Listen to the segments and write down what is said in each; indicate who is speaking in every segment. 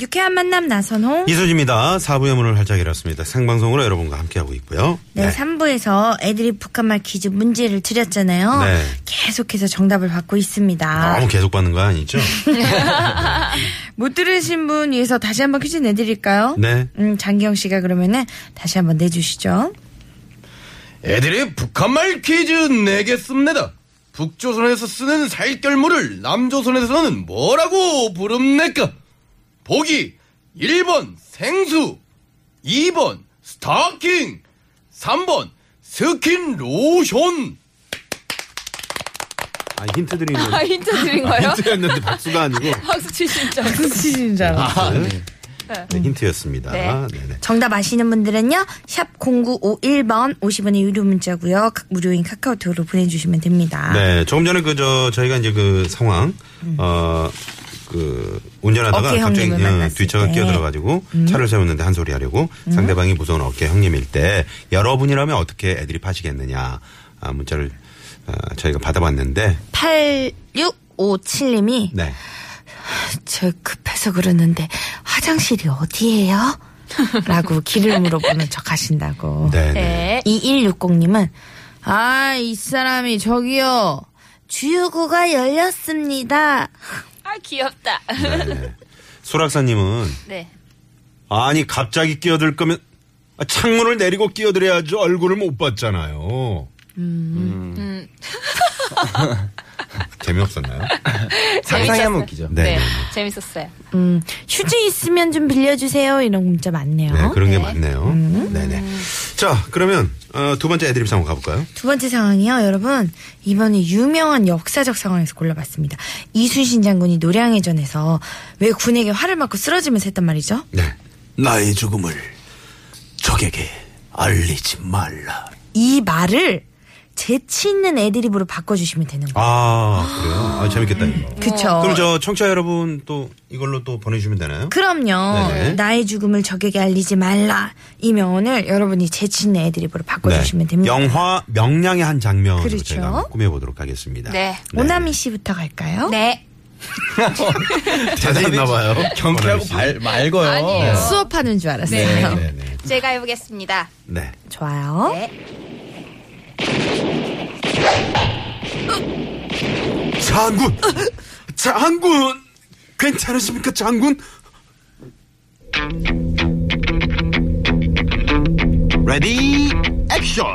Speaker 1: 유쾌한 만남 나선홍.
Speaker 2: 예. 이수지입니다. 4부의 문을 활짝 열었습니다. 생방송으로 여러분과 함께하고 있고요.
Speaker 1: 네, 3부에서 애들이 북한말 퀴즈 문제를 드렸잖아요.
Speaker 2: 네.
Speaker 1: 계속해서 정답을 받고 있습니다.
Speaker 2: 아, 너무 계속 받는 거 아니죠?
Speaker 1: 못 들으신 분 위해서 다시 한번 퀴즈 내드릴까요?
Speaker 2: 네.
Speaker 1: 음, 장기영 씨가 그러면은 다시 한번 내주시죠.
Speaker 3: 애들의 북한말 퀴즈 내겠습니다. 북조선에서 쓰는 살결물을 남조선에서는 뭐라고 부릅니까? 보기 1번 생수, 2번 스타킹, 3번 스킨 로션.
Speaker 2: 아, 힌트 드리는 거.
Speaker 4: 아, 힌트 드린 거예요?
Speaker 2: 힌트였는데 박수가 아니고
Speaker 4: 박수 치신 줄 알고.
Speaker 1: 치신 줄 알아.
Speaker 2: 네, 힌트였습니다.
Speaker 4: 네.
Speaker 2: 네. 네
Speaker 1: 정답 아시는 분들은요, 샵 0951번 50원의 유료 문자고요 각- 무료인 카카오톡으로 보내주시면 됩니다.
Speaker 2: 네, 조금 전에 그 저 저희가 이제 그 상황 어 그 운전하다가
Speaker 1: 음. 어깨
Speaker 2: 갑자기
Speaker 1: 형님을
Speaker 2: 어,
Speaker 1: 만났을
Speaker 2: 뒤차가
Speaker 1: 때. 음.
Speaker 2: 끼어들어가지고 차를 세우는데 한 소리 하려고 상대방이 무서운 어깨 형님일 때 여러분이라면 어떻게 애들이 파시겠느냐 아, 문자를 어, 저희가 받아봤는데
Speaker 1: 8657님이
Speaker 2: 네.
Speaker 1: 저 급해서 그러는데 화장실이 어디예요? 라고 길을 물어보면 저 가신다고.
Speaker 2: 네. 네.
Speaker 4: 네.
Speaker 1: 2160님은 아 이 사람이 저기요 주유구가 열렸습니다.
Speaker 4: 아, 귀엽다.
Speaker 2: 네. 수락사님은
Speaker 4: 네.
Speaker 2: 아니 갑자기 끼어들 거면 아, 창문을 내리고 끼어들어야죠 얼굴을 못 봤잖아요.
Speaker 1: 음.
Speaker 2: 음. 재미없었나요?
Speaker 3: 상상하면 웃기죠.
Speaker 4: 네.
Speaker 2: 네.
Speaker 4: 재밌었어요.
Speaker 1: 음 휴지 있으면 좀 빌려주세요 이런 문자 어, 많네요. 음.
Speaker 2: 네, 그런 게 많네요. 네네. 자, 그러면 어, 두 번째 애드립 상황 가볼까요?
Speaker 1: 두 번째 상황이요, 여러분. 이번에 유명한 역사적 상황에서 골라봤습니다. 이순신 장군이 노량해전에서 왜 군에게 화를 맞고 쓰러지면서 했단 말이죠?
Speaker 2: 네.
Speaker 3: 나의 죽음을 적에게 알리지 말라.
Speaker 1: 이 말을 재치 있는 애드립으로 바꿔주시면 되는 거예요.
Speaker 2: 아 그래요? 아, 재밌겠다 이거.
Speaker 1: 그쵸.
Speaker 2: 그럼 저 청취자 여러분 또 이걸로 또 보내주시면 되나요?
Speaker 1: 어. 그럼요.
Speaker 2: 네네.
Speaker 1: 나의 죽음을 적에게 알리지 말라. 이 명언을 여러분이 재치 있는 애드립으로 바꿔주시면 됩니다.
Speaker 2: 네. 영화 명량의 한 장면으로
Speaker 1: 그렇죠.
Speaker 2: 제가 한번 꾸며보도록 하겠습니다.
Speaker 4: 네.
Speaker 1: 오나미 씨부터 갈까요?
Speaker 4: 네.
Speaker 2: 자세 있나봐요.
Speaker 3: 경쾌하고 말, 말고요.
Speaker 1: 어.
Speaker 4: 아니에요.
Speaker 1: 수업하는 줄 알았어요.
Speaker 2: 네네.
Speaker 4: 제가 해보겠습니다.
Speaker 2: 네.
Speaker 1: 좋아요.
Speaker 4: 네.
Speaker 2: 장군! 장군! 괜찮으십니까, 장군?
Speaker 3: 레디 액션.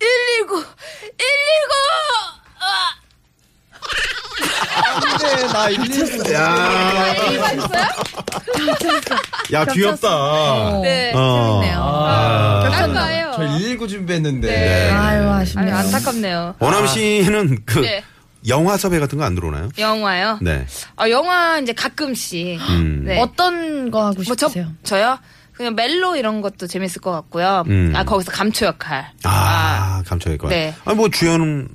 Speaker 4: 119! 119!
Speaker 3: 근데
Speaker 4: 아,
Speaker 3: 나 119.
Speaker 2: 야, 야 귀엽다.
Speaker 4: 네.
Speaker 2: 어.
Speaker 4: 딴 거예요.
Speaker 3: 저 119 준비했는데.
Speaker 4: 네.
Speaker 1: 아유, 아쉽네요.
Speaker 4: 아유, 안타깝네요.
Speaker 2: 원암 씨는 그
Speaker 4: 네. 예.
Speaker 2: 영화 섭외 같은 거 안 들어오나요?
Speaker 4: 영화요?
Speaker 2: 네.
Speaker 4: 아, 영화 이제 가끔씩.
Speaker 2: 음.
Speaker 4: 네.
Speaker 1: 어떤 거 하고
Speaker 4: 뭐 저,
Speaker 1: 싶으세요?
Speaker 4: 저요? 그냥 멜로 이런 것도 재밌을 것 같고요.
Speaker 2: 음.
Speaker 4: 아, 거기서 감초 역할.
Speaker 2: 아, 감춰야 거야.
Speaker 4: 네.
Speaker 2: 아니, 뭐 주연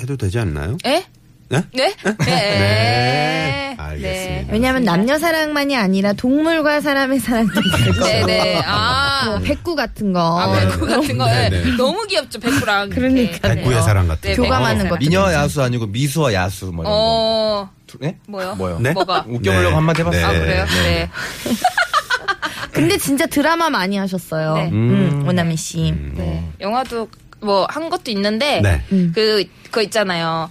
Speaker 2: 해도 되지 않나요?
Speaker 4: 에?
Speaker 2: 네?
Speaker 4: 네? 네.
Speaker 2: 네.
Speaker 4: 네.
Speaker 2: 알겠습니다.
Speaker 1: 왜냐하면 남녀 사랑만이 아니라 동물과 사람의 사랑도 있을 거고
Speaker 4: 네, 네. 아.
Speaker 1: 뭐 백구 같은 거
Speaker 4: 아, 백구 같은 거.
Speaker 2: 네,
Speaker 4: 네,
Speaker 2: 네.
Speaker 4: 너무 귀엽죠, 백구랑.
Speaker 1: 그러니까요.
Speaker 4: 이렇게.
Speaker 2: 백구의 사랑
Speaker 4: 네,
Speaker 2: 같은 거.
Speaker 1: 교감하는
Speaker 3: 어.
Speaker 1: 것도
Speaker 4: 백구의 사랑.
Speaker 3: 미녀 야수 아니고 미수와 야수 뭐 이런 거.
Speaker 4: 어,
Speaker 3: 두- 네?
Speaker 4: 뭐요?
Speaker 3: 뭐요?
Speaker 2: 네?
Speaker 4: 뭐가?
Speaker 3: 웃겨보려고
Speaker 2: 네.
Speaker 3: 한마디 해봤어요.
Speaker 4: 아, 그래요?
Speaker 2: 네.
Speaker 4: 네.
Speaker 1: 근데 진짜 드라마 많이 하셨어요.
Speaker 4: 네.
Speaker 1: 음, 오나미 씨.
Speaker 4: 네. 영화도 뭐 한 것도 있는데,
Speaker 2: 네.
Speaker 1: 음.
Speaker 4: 그, 그거 있잖아요.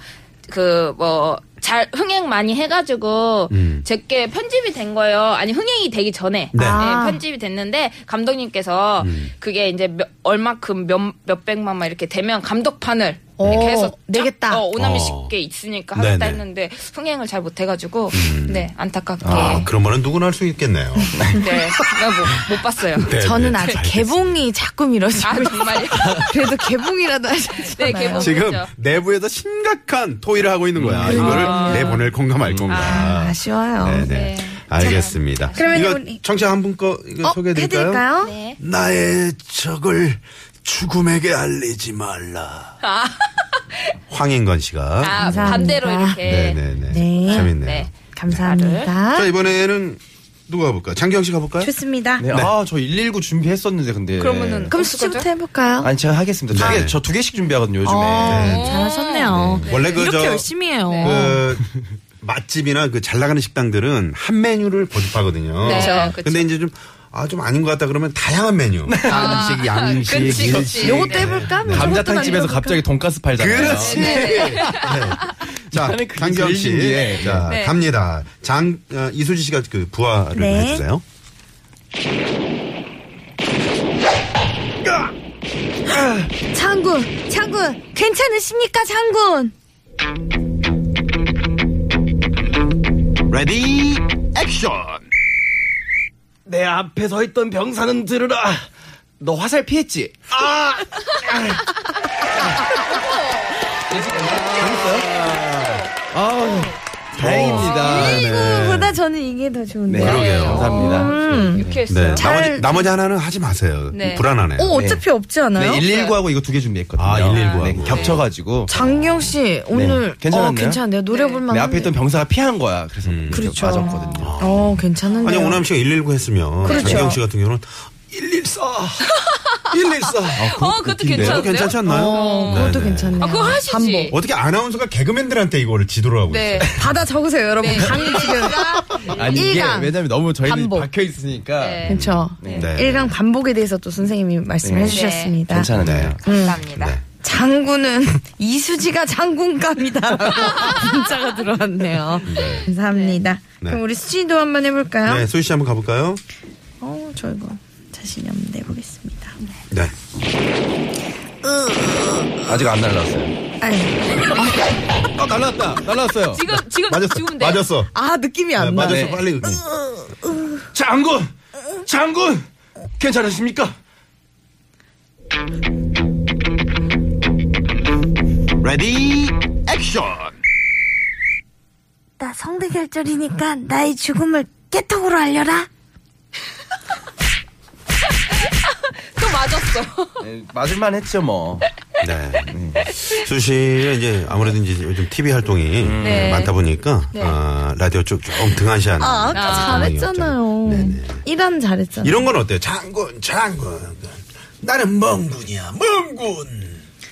Speaker 4: 그, 뭐, 잘, 흥행 많이 해가지고,
Speaker 2: 음.
Speaker 4: 제게 편집이 된 거예요. 아니, 흥행이 되기 전에.
Speaker 2: 네. 음.
Speaker 1: 아.
Speaker 4: 편집이 됐는데, 감독님께서 그게 이제 몇, 얼마큼 몇, 몇백만 막 이렇게 되면 감독판을
Speaker 1: 오,
Speaker 4: 이렇게 해서 쫙,
Speaker 1: 내겠다.
Speaker 4: 어, 오남이
Speaker 2: 어.
Speaker 4: 쉽게 있으니까
Speaker 2: 네네. 음.
Speaker 4: 하겠다 했는데, 흥행을 잘 못해가지고, 네, 안타깝게.
Speaker 1: 예.
Speaker 2: 아, 그런 거는 누구나 할 수 있겠네요.
Speaker 4: 네, 나 뭐, 못 봤어요.
Speaker 2: 네,
Speaker 1: 저는
Speaker 2: 네.
Speaker 1: 아직
Speaker 2: 알겠습니다.
Speaker 1: 개봉이 자꾸 미뤄지고
Speaker 4: 아, 정말요?
Speaker 1: 그래도 개봉이라도 하셨잖아요.
Speaker 4: 네, 개봉.
Speaker 2: 지금
Speaker 4: 그렇죠.
Speaker 2: 내부에서 심각한 토의를 하고 있는 거야. 이거를 내보낼 건가 말 건가.
Speaker 1: 음. 아, 아쉬워요.
Speaker 2: 네네.
Speaker 4: 네.
Speaker 2: 알겠습니다.
Speaker 1: 그러면
Speaker 2: 이거
Speaker 1: 우리-
Speaker 2: 청취자 한 분 거 이거
Speaker 1: 어,
Speaker 2: 소개해드릴까요?
Speaker 1: 해드릴까요?
Speaker 4: 네.
Speaker 2: 나의 적을 죽음에게 알리지 말라.
Speaker 1: 아.
Speaker 2: 황인건 씨가.
Speaker 4: 아,
Speaker 1: 감사합니다.
Speaker 4: 반대로 이렇게.
Speaker 2: 네네네.
Speaker 1: 네.
Speaker 2: 재밌네요.
Speaker 4: 네.
Speaker 1: 감사합니다.
Speaker 2: 자, 이번에는 누가 가볼까요? 장경 씨 가볼까요?
Speaker 1: 좋습니다.
Speaker 3: 네. 아, 저 119 준비했었는데, 근데.
Speaker 4: 그러면은-
Speaker 1: 그럼
Speaker 4: 어떡하죠?
Speaker 1: 수치부터 해볼까요?
Speaker 3: 아니, 제가 하겠습니다. 두
Speaker 2: 네.
Speaker 3: 개, 저 두 개씩 준비하거든요, 요즘에.
Speaker 1: 어,
Speaker 3: 네.
Speaker 1: 잘하셨네요.
Speaker 2: 원래 그
Speaker 1: 이렇게
Speaker 2: 저-
Speaker 1: 열심히 해요.
Speaker 2: 그 맛집이나 그 잘 나가는 식당들은 한 메뉴를 고집하거든요.
Speaker 4: 네, 그쵸.
Speaker 2: 근데 이제 좀, 아, 좀 아닌 것 같다 그러면 다양한 메뉴.
Speaker 3: 네.
Speaker 2: 한식, 양식,
Speaker 4: 그치, 그치.
Speaker 2: 일식. 네.
Speaker 1: 요것도 해볼까? 뭐 저것도
Speaker 3: 감자탕 집에서
Speaker 1: 만들어볼까?
Speaker 3: 갑자기 돈가스 팔잖아요. 네.
Speaker 2: 그렇지. 자,
Speaker 3: 나는 그게
Speaker 2: 장경 씨.
Speaker 3: 제일 신기해.
Speaker 2: 자,
Speaker 4: 네.
Speaker 2: 갑니다. 장, 어, 이수지 씨가 그 부하를 좀
Speaker 1: 네.
Speaker 2: 해주세요.
Speaker 3: 네.
Speaker 1: 장군, 장군, 괜찮으십니까, 장군?
Speaker 3: 레디 액션 내 앞에 서 있던 병사는 들으라 너 화살 피했지? 아! 재밌어요? 아, 다행입니다. 네.
Speaker 1: 이거보다 저는 이게 더 좋은데. 요
Speaker 3: 그러게요.
Speaker 4: 음.
Speaker 3: 감사합니다.
Speaker 4: 유쾌했어요.
Speaker 2: 네. 나머지, 나머지 하나는 하지 마세요.
Speaker 4: 네.
Speaker 2: 불안하네요.
Speaker 1: 오, 어차피 없지 않아요?
Speaker 3: 네, 119하고 이거 두 개 준비했거든요.
Speaker 2: 아, 119 하고.
Speaker 3: 네, 겹쳐가지고.
Speaker 1: 장경 씨, 오늘.
Speaker 3: 네. 괜찮았나요?
Speaker 1: 어, 괜찮은데요?
Speaker 4: 네.
Speaker 1: 노려볼만
Speaker 3: 내 앞에 있던 병사가 피한 거야. 네. 그래서
Speaker 1: 그렇죠.
Speaker 3: 맞았거든요.
Speaker 1: 어, 괜찮은데.
Speaker 2: 아니, 오남 씨가 119 했으면.
Speaker 1: 그렇죠.
Speaker 2: 장경 씨 같은 경우는 114. 114.
Speaker 3: 아,
Speaker 4: 어, 그것도 괜찮은데요?
Speaker 2: 네, 그거 괜찮지 않나요?
Speaker 1: 어, 그것도
Speaker 2: 네네.
Speaker 1: 괜찮네요.
Speaker 4: 아, 그거 하시지.
Speaker 1: 반복.
Speaker 2: 어떻게 아나운서가 개그맨들한테 이거를 지도를 하고
Speaker 4: 네.
Speaker 1: 받아 적으세요, 여러분.
Speaker 4: 네.
Speaker 1: 강 지금.
Speaker 3: 아니, 이게
Speaker 1: 일강.
Speaker 3: 왜냐면 너무 저희는
Speaker 1: 반복.
Speaker 3: 박혀있으니까.
Speaker 4: 네.
Speaker 1: 그렇죠.
Speaker 2: 네.
Speaker 1: 일
Speaker 2: 네.
Speaker 1: 1강 반복에 대해서 또 선생님이 말씀해
Speaker 3: 네.
Speaker 1: 주셨습니다.
Speaker 3: 괜찮은데요?
Speaker 4: 감사합니다.
Speaker 2: 네.
Speaker 1: 장군은 이수지가 장군감이다. 문자가 들어왔네요. 감사합니다.
Speaker 2: 네.
Speaker 1: 그럼 우리 수지도 한번 해볼까요?
Speaker 2: 네, 소희 씨 한번 가볼까요?
Speaker 1: 어, 저 이거 자신이 없는데 해보겠습니다.
Speaker 2: 네.
Speaker 3: 아직 안 날라왔어요.
Speaker 1: 아니,
Speaker 3: 아, 날라왔다. 날라왔어요.
Speaker 4: 지금, 지금,
Speaker 2: 맞았어.
Speaker 4: 지금 돼.
Speaker 2: 맞았어.
Speaker 1: 아, 느낌이
Speaker 2: 네,
Speaker 1: 안 나.
Speaker 2: 맞았어.
Speaker 3: 네.
Speaker 2: 빨리. 그-
Speaker 3: 장군! 장군! 괜찮으십니까? 레디 액션!
Speaker 5: 나 성대 결절이니까 나의 죽음을 깨톡으로 알려라.
Speaker 4: 또 맞았어.
Speaker 3: 네, 맞을만 했죠, 뭐.
Speaker 2: 네. 수씨의 이제 아무래도 이제 요즘 TV 활동이
Speaker 4: 네.
Speaker 2: 많다 보니까 아, 라디오 쪽 조금 등한시하는
Speaker 1: 아, 아까 잘했잖아요.
Speaker 2: 네네.
Speaker 1: 이단 잘했잖아요.
Speaker 2: 이런 건 어때요? 장군, 장군. 나는 멍군이야, 멍군. 네,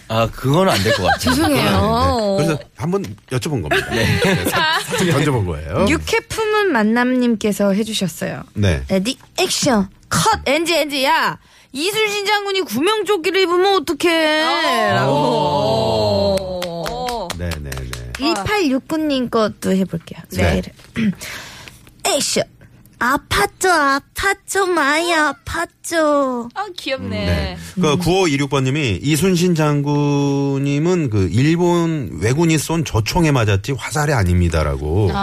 Speaker 3: 아, 그건 안 될 것 같아요.
Speaker 1: 죄송해요.
Speaker 2: 그래서 한번 여쭤본 겁니다. 네, 사- 살짝 던져본 거예요.
Speaker 1: 육회 품은 만남님께서 해주셨어요.
Speaker 2: 네.
Speaker 1: 레디 액션 컷 엔지 엔지야 이순신 장군이 구명조끼를 입으면 어떡해 라고
Speaker 4: 어.
Speaker 2: 네네네. 네.
Speaker 1: 1869님 것도 해볼게요
Speaker 2: 네.
Speaker 1: 소개를. 액션 아팠죠 아팠죠 많이 아팠죠
Speaker 4: 아, 귀엽네.
Speaker 2: 네. 그 9526번님이 이순신 장군님은 그 일본 왜군이 쏜 조총에 맞았지 화살이 아닙니다라고 네,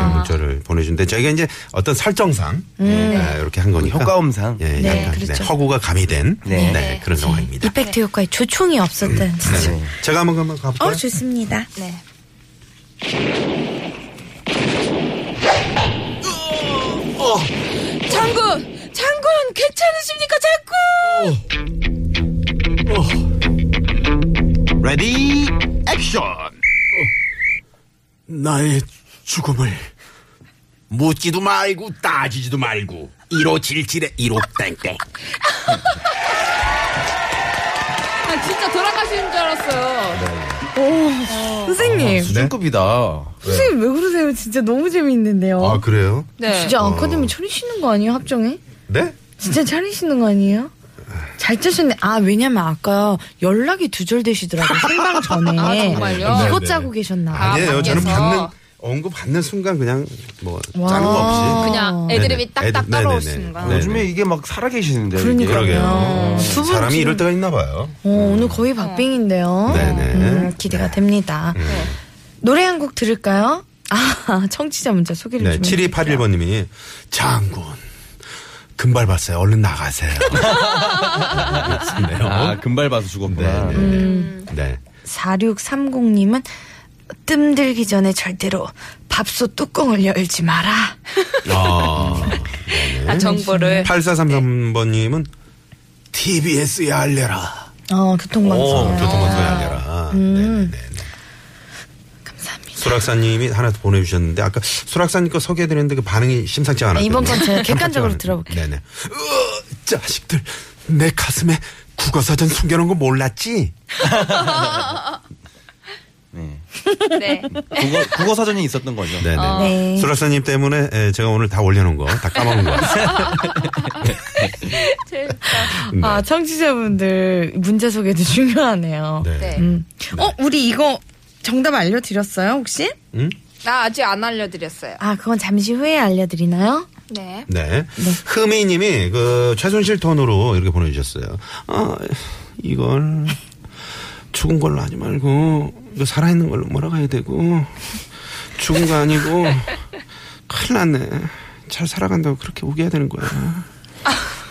Speaker 2: 네, 문자를 보내준데 저희가 이제 어떤 설정상 네, 이렇게 한 거니까
Speaker 3: 효과음상.
Speaker 2: 예, 약간 네, 허구가 가미된 네.
Speaker 3: 네.
Speaker 2: 그런 상황입니다.
Speaker 4: 네.
Speaker 1: 이펙트 효과에 조총이 없었던
Speaker 2: 네.
Speaker 1: 진짜
Speaker 2: 제가 한번 한번 가볼까요?
Speaker 1: 어 좋습니다
Speaker 4: 네. 장군! 장군! 괜찮으십니까, 장군!
Speaker 3: 레디 액션!
Speaker 2: 어, 나의 죽음을 묻지도 말고 따지지도 말고 1호 질질에 1호 땡땡.
Speaker 4: 아, 진짜 돌아가시는 줄 알았어요.
Speaker 2: 아,
Speaker 3: 네.
Speaker 2: 네.
Speaker 1: 선생님
Speaker 3: 수준급이다.
Speaker 1: 선생님 왜 그러세요 진짜 너무 재미있는데요
Speaker 2: 아 어. 그래요?
Speaker 4: 네.
Speaker 1: 진짜 안카데미 차리시는 거 아니에요 합정에?
Speaker 2: 네?
Speaker 1: 진짜 차리시는 거 아니에요? 잘 짜셨네. 아, 왜냐면 아까 연락이 두절되시더라고요. 생방 전에.
Speaker 4: 아, 정말요?
Speaker 1: 이거
Speaker 2: 네네.
Speaker 1: 짜고 계셨나.
Speaker 4: 아,
Speaker 2: 아니에요. 저는
Speaker 4: 밖에서.
Speaker 2: 받는 언급 받는 순간 그냥 뭐
Speaker 1: 와.
Speaker 2: 짜는 거 없이
Speaker 4: 그냥
Speaker 1: 어.
Speaker 4: 애드립이
Speaker 2: 네네.
Speaker 4: 딱딱
Speaker 2: 애드-
Speaker 4: 따라오시는
Speaker 2: 네네네.
Speaker 4: 거.
Speaker 2: 네.
Speaker 3: 요즘에 이게 막 살아계시는데. 이게. 예.
Speaker 1: 그러니까요.
Speaker 2: 그러게요. 음.
Speaker 1: 두 분.
Speaker 2: 사람이 이럴 때가 있나 봐요.
Speaker 1: 어, 오늘 거의 박빙인데요.
Speaker 2: 음. 네네. 음.
Speaker 1: 음, 기대가 됩니다. 노래 한 곡 들을까요? 아, 청취자 문자 소개를
Speaker 2: 네,
Speaker 1: 좀.
Speaker 2: 7281번님이 장군 금발 봤어요. 얼른 나가세요. 좋네요.
Speaker 3: 아, 금발 봐서 죽었구나.
Speaker 2: 네, 네, 네.
Speaker 1: 음.
Speaker 2: 네.
Speaker 1: 4630님은 뜸들기 전에 절대로 밥솥 뚜껑을 열지 마라.
Speaker 2: 아.
Speaker 4: 아, 정보를
Speaker 2: 8433번님은 TBS에 알려라.
Speaker 1: 어,
Speaker 2: 어,
Speaker 1: 교통방송.
Speaker 2: 교통방송에 알려라. 아, 네네네.
Speaker 1: 음. 감사합니다.
Speaker 2: 수락사님이 하나 더 보내주셨는데 아까 수락사님 거 소개해드렸는데 그 반응이 심상치 않았거든요.
Speaker 1: 이번 건 제가 객관적으로
Speaker 2: 깜짝 놀랐-
Speaker 1: 들어볼게요.
Speaker 2: 네네. 으, 자식들 내 가슴에 국어사전 숨겨놓은 거 몰랐지?
Speaker 1: 어.
Speaker 6: 네.
Speaker 4: 네.
Speaker 6: 국어, 국어 사전이 있었던 거죠.
Speaker 2: 네네.
Speaker 1: 네.
Speaker 2: 수락사님 때문에 에, 제가 오늘 다 올려놓은 거 다 까먹은 거 같아요. 네.
Speaker 1: 아, 청취자분들 문제 소개도 중요하네요.
Speaker 2: 네.
Speaker 4: 네.
Speaker 1: 음. 어, 우리 이거 정답 알려드렸어요, 혹시?
Speaker 2: 음?
Speaker 4: 나 아직 안 알려드렸어요.
Speaker 1: 아, 그건 잠시 후에 알려드리나요?
Speaker 4: 네.
Speaker 2: 네. 흐미님이 그 최순실 톤으로 이렇게 보내주셨어요. 아 이걸 죽은 걸로 하지 말고 이거 살아있는 걸로 몰아가야 되고 죽은 거 아니고 큰일 났네. 잘 살아간다고 그렇게 우겨야 되는 거야.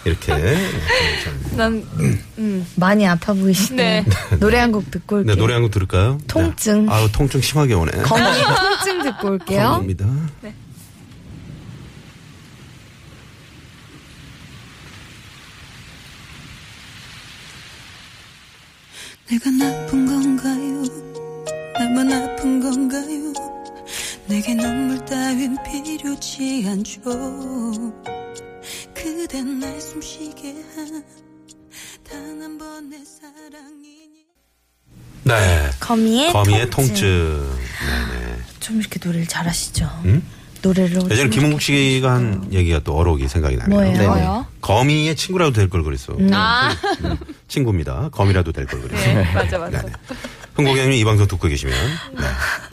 Speaker 2: 이렇게
Speaker 1: 아.
Speaker 4: 난
Speaker 1: 많이 아파 보이시네. 노래 한 곡 듣고
Speaker 2: 네,
Speaker 1: 올게요.
Speaker 2: 노래 한 곡 들을까요? 네.
Speaker 1: 통증.
Speaker 2: 아우 통증 심하게 오네.
Speaker 1: 건강의 통증 듣고 올게요.
Speaker 2: 입니다
Speaker 1: 예,
Speaker 7: 내가 나쁜 건가요? 나만 아픈 건가요? 내게 눈물 따윈 필요치 않죠. 그댄 날 숨쉬게 한 단 한 번의 사랑이니.
Speaker 2: 네.
Speaker 1: 거미의,
Speaker 2: 거미의
Speaker 1: 통증.
Speaker 2: 통증.
Speaker 1: 좀 이렇게 노래를 잘하시죠?
Speaker 2: 음?
Speaker 1: 노래를.
Speaker 2: 예전에
Speaker 1: 좀
Speaker 2: 김홍국 씨가 한 얘기가 또 어록이 생각이 나네요.
Speaker 1: 뭐예요?
Speaker 2: 네.
Speaker 4: 뭐요?
Speaker 2: 거미의 친구라도 될 걸 그랬어.
Speaker 4: 아,
Speaker 2: 음, 친구입니다. 거미라도 될 걸 그랬어.
Speaker 4: 네, 맞아, 맞아.
Speaker 2: 흥국영님 이 방송 듣고 계시면 네,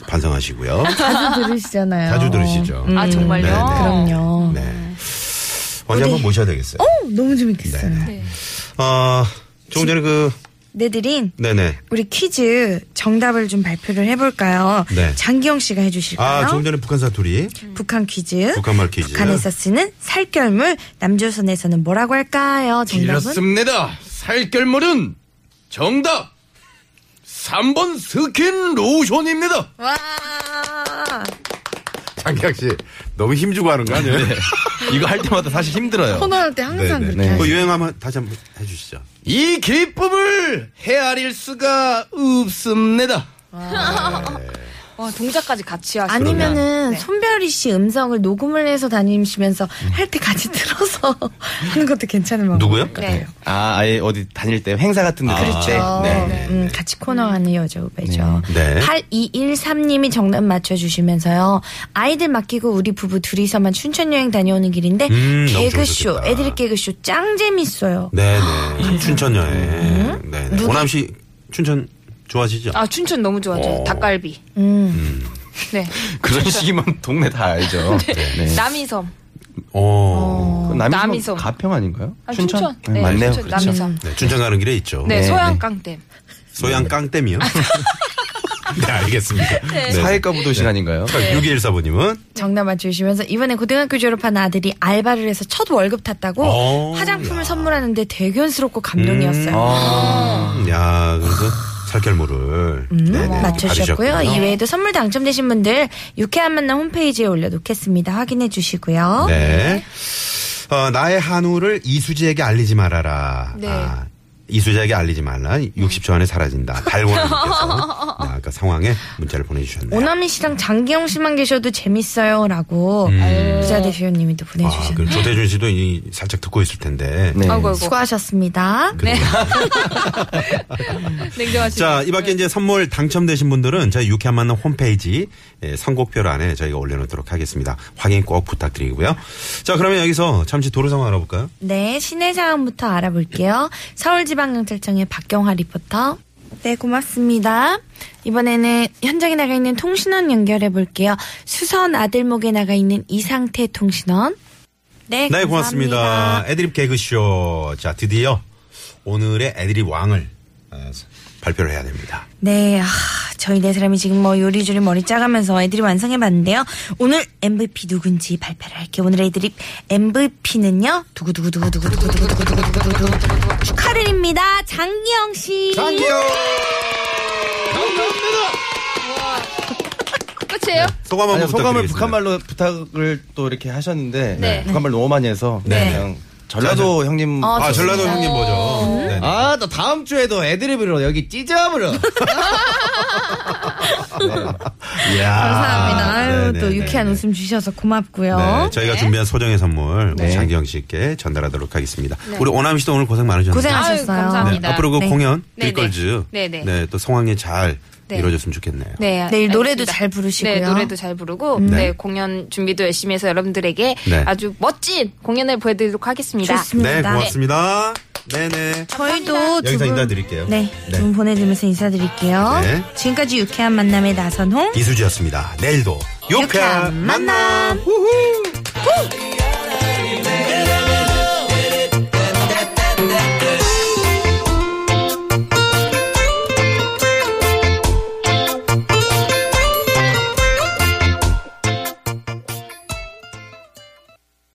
Speaker 2: 반성하시고요.
Speaker 1: 자주 들으시잖아요.
Speaker 2: 자주 들으시죠.
Speaker 4: 아, 정말요?
Speaker 2: 네,
Speaker 1: 그럼요.
Speaker 2: 네. 네. 언제 한번 모셔야 되겠어요.
Speaker 1: 오, 너무 재밌겠어요.
Speaker 2: 네. 어, 조금 전에 그
Speaker 1: 네드린
Speaker 2: 네네.
Speaker 1: 우리 퀴즈 정답을 좀 발표를 해볼까요?
Speaker 2: 네.
Speaker 1: 장기영 씨가 해주실까요?
Speaker 2: 아, 조금 전에 북한 사투리.
Speaker 1: 북한 퀴즈.
Speaker 2: 북한말 퀴즈.
Speaker 1: 에서 쓰는 살결물. 남조선에서는 뭐라고 할까요? 정답은
Speaker 3: 틀렸습니다. 살결물은 정답 3번 스킨 로션입니다.
Speaker 1: 와.
Speaker 2: 장기학 씨 너무 힘주고 하는 거 아니에요?
Speaker 6: 네. 이거 할 때마다 사실 힘들어요.
Speaker 1: 코너할 때 항상
Speaker 2: 네네.
Speaker 1: 그렇게.
Speaker 2: 그
Speaker 1: 하죠.
Speaker 2: 유행 한번 다시 한번 해주시죠.
Speaker 3: 이 기쁨을 헤아릴 수가 없습니다.
Speaker 4: 와, 어, 동작까지 같이 하시네.
Speaker 1: 아니면은
Speaker 4: 네.
Speaker 1: 손별이 씨 음성을 녹음을 해서 다니시면서 할 때 같이 들어서 하는 것도 괜찮은 방법.
Speaker 2: 누구요?
Speaker 4: 네.
Speaker 6: 아, 아예 어디 다닐 때 행사 같은 데 다닐 때.
Speaker 4: 아,
Speaker 1: 어,
Speaker 6: 네.
Speaker 1: 음, 같이 코너하는 여자 후배죠.
Speaker 2: 네.
Speaker 1: 8213님이 정답 맞춰주시면서요. 아이들 맡기고 우리 부부 둘이서만 춘천 여행 다녀오는 길인데
Speaker 2: 음, 너무
Speaker 1: 개그쇼,
Speaker 2: 재밌었겠다.
Speaker 1: 애들 개그쇼 짱 재밌어요. 아, 예.
Speaker 2: 네네. 춘천
Speaker 1: 음?
Speaker 2: 여행. 네네. 오남 씨 춘천 좋아하시죠?
Speaker 4: 아, 춘천 너무 좋아하죠. 닭갈비. 네.
Speaker 6: 그런 식이면 동네 다 알죠. 네.
Speaker 4: 남이섬.
Speaker 1: 어.
Speaker 2: 오.
Speaker 6: 그 남이섬
Speaker 4: 남이섬.
Speaker 6: 가평 아닌가요?
Speaker 4: 아, 춘천. 네,
Speaker 6: 맞네요.
Speaker 4: 춘천,
Speaker 6: 그렇죠.
Speaker 4: 남이섬.
Speaker 2: 네, 춘천 가는 길에 있죠.
Speaker 4: 네, 소양깡댐.
Speaker 2: 소양 깡댐이요? 네, 알겠습니다. 네.
Speaker 6: 사회과부도 시간인가요?
Speaker 4: 네.
Speaker 1: 네.
Speaker 2: 6214번님은?
Speaker 1: 정답 맞춰주시면서 이번에 고등학교 졸업한 아들이 알바를 해서 첫 월급 탔다고
Speaker 2: 오,
Speaker 1: 화장품을
Speaker 2: 어. 야. 음. 아,
Speaker 1: 선물하는데 대견스럽고 감동이었어요.
Speaker 6: 아,
Speaker 2: 야, 그래서 살결모를. 네네.
Speaker 1: 음, 맞춰주셨고요.
Speaker 2: 가르셨군요.
Speaker 1: 이외에도 선물 당첨되신 분들 유쾌한 만남 홈페이지에 올려놓겠습니다. 확인해 주시고요.
Speaker 2: 네. 어, 나의 한우를 이수지에게 알리지 말아라.
Speaker 4: 네.
Speaker 2: 아, 이수지에게 알리지 말라. 60초 안에 사라진다. 발원님께서 네, 아까 상황에 문자를 보내주셨네요.
Speaker 1: 오나미 씨랑 장기영 씨만 계셔도 재밌어요라고 부자 대표님이 또
Speaker 2: 음. 아,
Speaker 1: 보내주셨네요.
Speaker 2: 그 조태준 씨도 이, 살짝 듣고 있을 텐데.
Speaker 6: 네.
Speaker 4: 아이고, 아이고.
Speaker 1: 수고하셨습니다. 아,
Speaker 4: 냉정하시네.
Speaker 2: 자, 이 밖에 이제 선물 당첨되신 분들은 저희 유쾌한 만남 홈페이지 예, 선곡표 안에 저희가 올려놓도록 하겠습니다. 확인 꼭 부탁드리고요. 자, 그러면 여기서 잠시 도로 상황 알아볼까요?
Speaker 1: 네, 시내 상황부터 알아볼게요. 서울지방경찰청의 박경화 리포터. 네, 고맙습니다. 이번에는 현장에 나가 있는 통신원 연결해 볼게요. 수선 아들목에 나가 있는 이상태 통신원. 네,
Speaker 2: 네,
Speaker 1: 감사합니다.
Speaker 2: 고맙습니다. 애드립 개그쇼. 자, 드디어 오늘의 애드립 왕을 어, 발표를 해야 됩니다.
Speaker 1: 네, 아, 저희 네 사람이 지금 뭐 요리조리 머리 짜가면서 애들이 완성해봤는데요. 오늘 MVP 누군지 발표를 할게요. 오늘 애들이 MVP는요. 두구두구두구두구두구두구두구두구두구 축하드립니다.
Speaker 8: 아,
Speaker 1: 장기영 씨.
Speaker 2: 장기영!
Speaker 4: 그 해주세요.
Speaker 2: 소감
Speaker 3: 아니,
Speaker 2: 한번
Speaker 3: 소감을
Speaker 2: 부탁드리겠습니다.
Speaker 3: 북한말로 부탁을 또 이렇게 하셨는데
Speaker 4: 네.
Speaker 3: 북한말 너무 많이 해서
Speaker 2: 네.
Speaker 3: 그냥 전라도 형님
Speaker 2: 아 전라도 형님 버전. 네, 네.
Speaker 3: 아, 나 다음 주에도 애드립으로 여기 찢어버려.
Speaker 2: 이야.
Speaker 1: 감사합니다. 아유,
Speaker 2: 아, 네,
Speaker 1: 또
Speaker 2: 네,
Speaker 1: 유쾌한
Speaker 2: 네,
Speaker 1: 웃음 주셔서 고맙고요.
Speaker 2: 네, 저희가 준비한 소정의 선물
Speaker 3: 네.
Speaker 2: 장기영 씨께 전달하도록 하겠습니다. 우리 오남 씨도 오늘 고생 많으셨는데
Speaker 1: 고생하셨어요.
Speaker 4: 아유, 감사합니다.
Speaker 2: 네. 앞으로 그
Speaker 1: 네.
Speaker 2: 공연
Speaker 4: 네,
Speaker 2: 빌걸즈
Speaker 4: 네. 네, 네.
Speaker 2: 또 성황리 잘
Speaker 4: 네.
Speaker 2: 이루어졌으면 좋겠네요.
Speaker 4: 네,
Speaker 1: 내일 노래도
Speaker 4: 알겠습니다.
Speaker 1: 잘 부르시고요.
Speaker 4: 네, 노래도 잘 부르고 네. 공연 준비도 열심히 해서 여러분들에게
Speaker 2: 네.
Speaker 4: 아주 멋진 공연을 보여드리도록 하겠습니다.
Speaker 2: 네,
Speaker 1: 좋습니다.
Speaker 2: 고맙습니다. 네, 네.
Speaker 1: 저희도 두
Speaker 2: 여기서
Speaker 1: 분,
Speaker 2: 인사드릴게요.
Speaker 1: 네,
Speaker 2: 네.
Speaker 1: 두 분 보내드리면서 인사드릴게요.
Speaker 2: 네.
Speaker 1: 지금까지 유쾌한 만남의 나선홍.
Speaker 2: 이수지였습니다. 내일도
Speaker 1: 유쾌한
Speaker 2: 유쾌한 만남.
Speaker 1: 만남.
Speaker 2: 후후.